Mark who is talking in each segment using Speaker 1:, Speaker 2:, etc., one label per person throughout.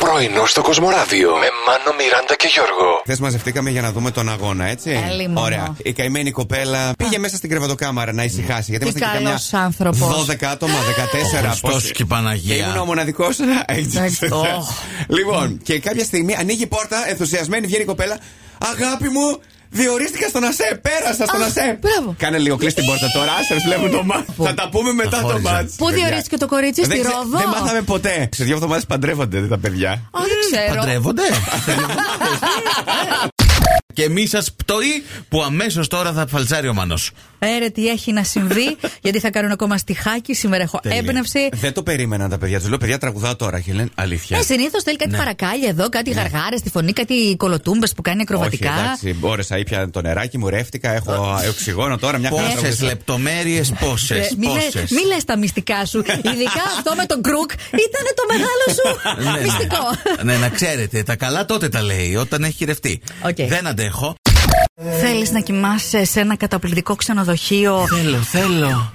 Speaker 1: Πρωινό στο Κοσμοράδιο με Μάνο, Μιράντα και Γιώργο.
Speaker 2: Χθες μαζευτήκαμε για να δούμε τον αγώνα, έτσι.
Speaker 3: Καλή μόνο.
Speaker 2: Ωραία. Η καημένη κοπέλα πήγε μέσα στην κρεβατοκάμαρα να ησυχάσει. Γιατί
Speaker 3: Τι
Speaker 2: ήμασταν και
Speaker 3: καλός
Speaker 2: καμιά
Speaker 3: άνθρωπος.
Speaker 2: 12 άτομα, 14
Speaker 4: Χριστός και η Παναγία.
Speaker 2: Και ήμουν ο μοναδικός.
Speaker 3: Εντάξει, ω.
Speaker 2: Λοιπόν, και κάποια στιγμή ανοίγει η πόρτα, ενθουσιασμένη βγαίνει η κοπέλα. Αγάπη μου, διορίστηκα στον ΑΣΕ, πέρασα στον
Speaker 3: Α,
Speaker 2: ΑΣΕ.
Speaker 3: μπράβο.
Speaker 2: Κάνε λίγο κλειστή την πόρτα τώρα, άσερ βλέπουν το μάτ. Θα τα πούμε μετά το
Speaker 4: χώριζα.
Speaker 2: μάτ.
Speaker 3: Πού διορίστηκε το κορίτσι, στη Ρόδο.
Speaker 2: Δεν μάθαμε Ε, ποτέ. Σε δύο εβδομάδες παντρεύονται τα παιδιά.
Speaker 3: Α, δεν ξέρω.
Speaker 4: Παντρεύονται. Και μη σας πτωεί που αμέσως τώρα θα φαλτσάρει ο Μάνος.
Speaker 3: Έρε Ε, τι έχει να συμβεί, γιατί θα κάνουν ακόμα στιχάκι. Σήμερα έχω έμπνευση.
Speaker 2: Δεν το περίμεναν τα παιδιά. Τους λέω, παιδιά, τραγουδάω τώρα. Ε, Και Ναι. λένε αλήθεια.
Speaker 3: Ε, Συνήθως θέλει κάτι παρακάλια εδώ, κάτι γαργάρε στη φωνή, κάτι κολοτούμπες που κάνει ακροβατικά.
Speaker 2: Όχι, εντάξει, μπόρεσα, ήπια το νεράκι μου, ρεύτηκα, έχω οξυγόνο τώρα, μια χαρά
Speaker 4: Πόσες
Speaker 2: τραγουδάω.
Speaker 4: λεπτομέρειε, πόσε.
Speaker 3: Ε, μη λες- Μη λες τα μυστικά σου. Ειδικά αυτό με τον κρουκ ήταν το μεγάλο σου
Speaker 2: Ναι,
Speaker 3: μυστικό.
Speaker 4: Ναι, να ξέρετε, τα καλά τότε τα λέει, όταν έχει χειρευτεί.
Speaker 3: Οκ.
Speaker 4: Δεν αντέχω.
Speaker 2: Ναι.
Speaker 3: Θέλεις να κοιμάσαι σε ένα καταπληκτικό ξενοδοχείο.
Speaker 4: Θέλω, θέλω.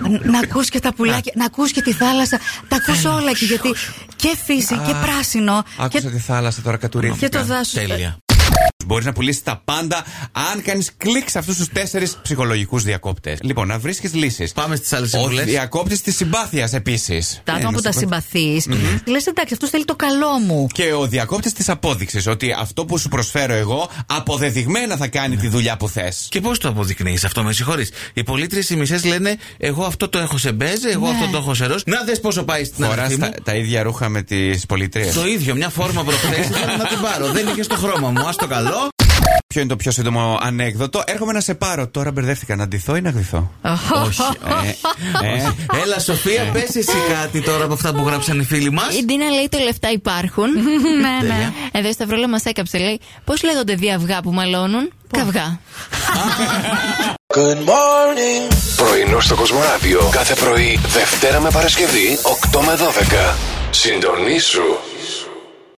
Speaker 3: Ναι. Να ακούς και τα πουλάκια, να ακούς και τη θάλασσα. Τα ακούς όλα εκεί γιατί και φύση και πράσινο και,
Speaker 2: Άκουσα τη θάλασσα τώρα,
Speaker 3: και
Speaker 2: κατουρίθηκα.
Speaker 3: το δάσος.
Speaker 4: Τέλεια.
Speaker 2: Μπορείς να πουλήσεις τα πάντα αν κάνεις κλικ σε αυτούς τους τέσσερις ψυχολογικούς διακόπτες. Λοιπόν, να βρίσκεις λύσεις.
Speaker 4: Πάμε στις άλλες
Speaker 2: Ο
Speaker 4: συμβουλέ.
Speaker 2: διακόπτης της συμπάθειας επίσης.
Speaker 3: Τα άτομα
Speaker 2: Ε,
Speaker 3: που τα συμπαθεί, λες εντάξει, αυτός θέλει το καλό μου.
Speaker 2: Και ο διακόπτης της απόδειξης ότι αυτό που σου προσφέρω εγώ αποδεδειγμένα θα κάνει τη δουλειά που θες.
Speaker 4: Και πώς το αποδεικνύεις αυτό, με συγχωρείς. Οι πολίτριες οι μισές λένε: Εγώ αυτό το έχω σε μπέζε, εγώ
Speaker 3: Ναι.
Speaker 4: αυτό το έχω σε ροζ. Να δες πόσο πάει στην
Speaker 2: Φοράς
Speaker 4: αρχή μου.
Speaker 2: τα, τα ίδια ρούχα με τις πολιτρίε.
Speaker 4: Το ίδιο, μια φόρμα προχθές ήθελα Ε. να την πάρω. Δεν είχε το χρώμα μου. Ας το καλό.
Speaker 2: Ποιο είναι το πιο σύντομο ανέκδοτο. Έρχομαι να σε πάρω. Τώρα μπερδεύτηκα. Να ντυθώ ή να γδυθώ.
Speaker 4: Όχι.
Speaker 2: Ε, ε,
Speaker 4: Έλα, Σοφία, πες εσύ κάτι τώρα από αυτά που γράψαν οι φίλοι μας.
Speaker 5: Η
Speaker 3: Ε,
Speaker 5: Ντίνα λέει τα λεφτά υπάρχουν. ναι,
Speaker 4: Τέλεια.
Speaker 5: Εδώ η Σταυρόλα μας έκαψε. Λέει πώς λέγονται δύο αυγά που μαλώνουν. Καυγά.
Speaker 1: Πρωινό στο Κοσμοράδιο κάθε πρωί, Δευτέρα με Παρασκευή, 8 με 12. Συντονίσου.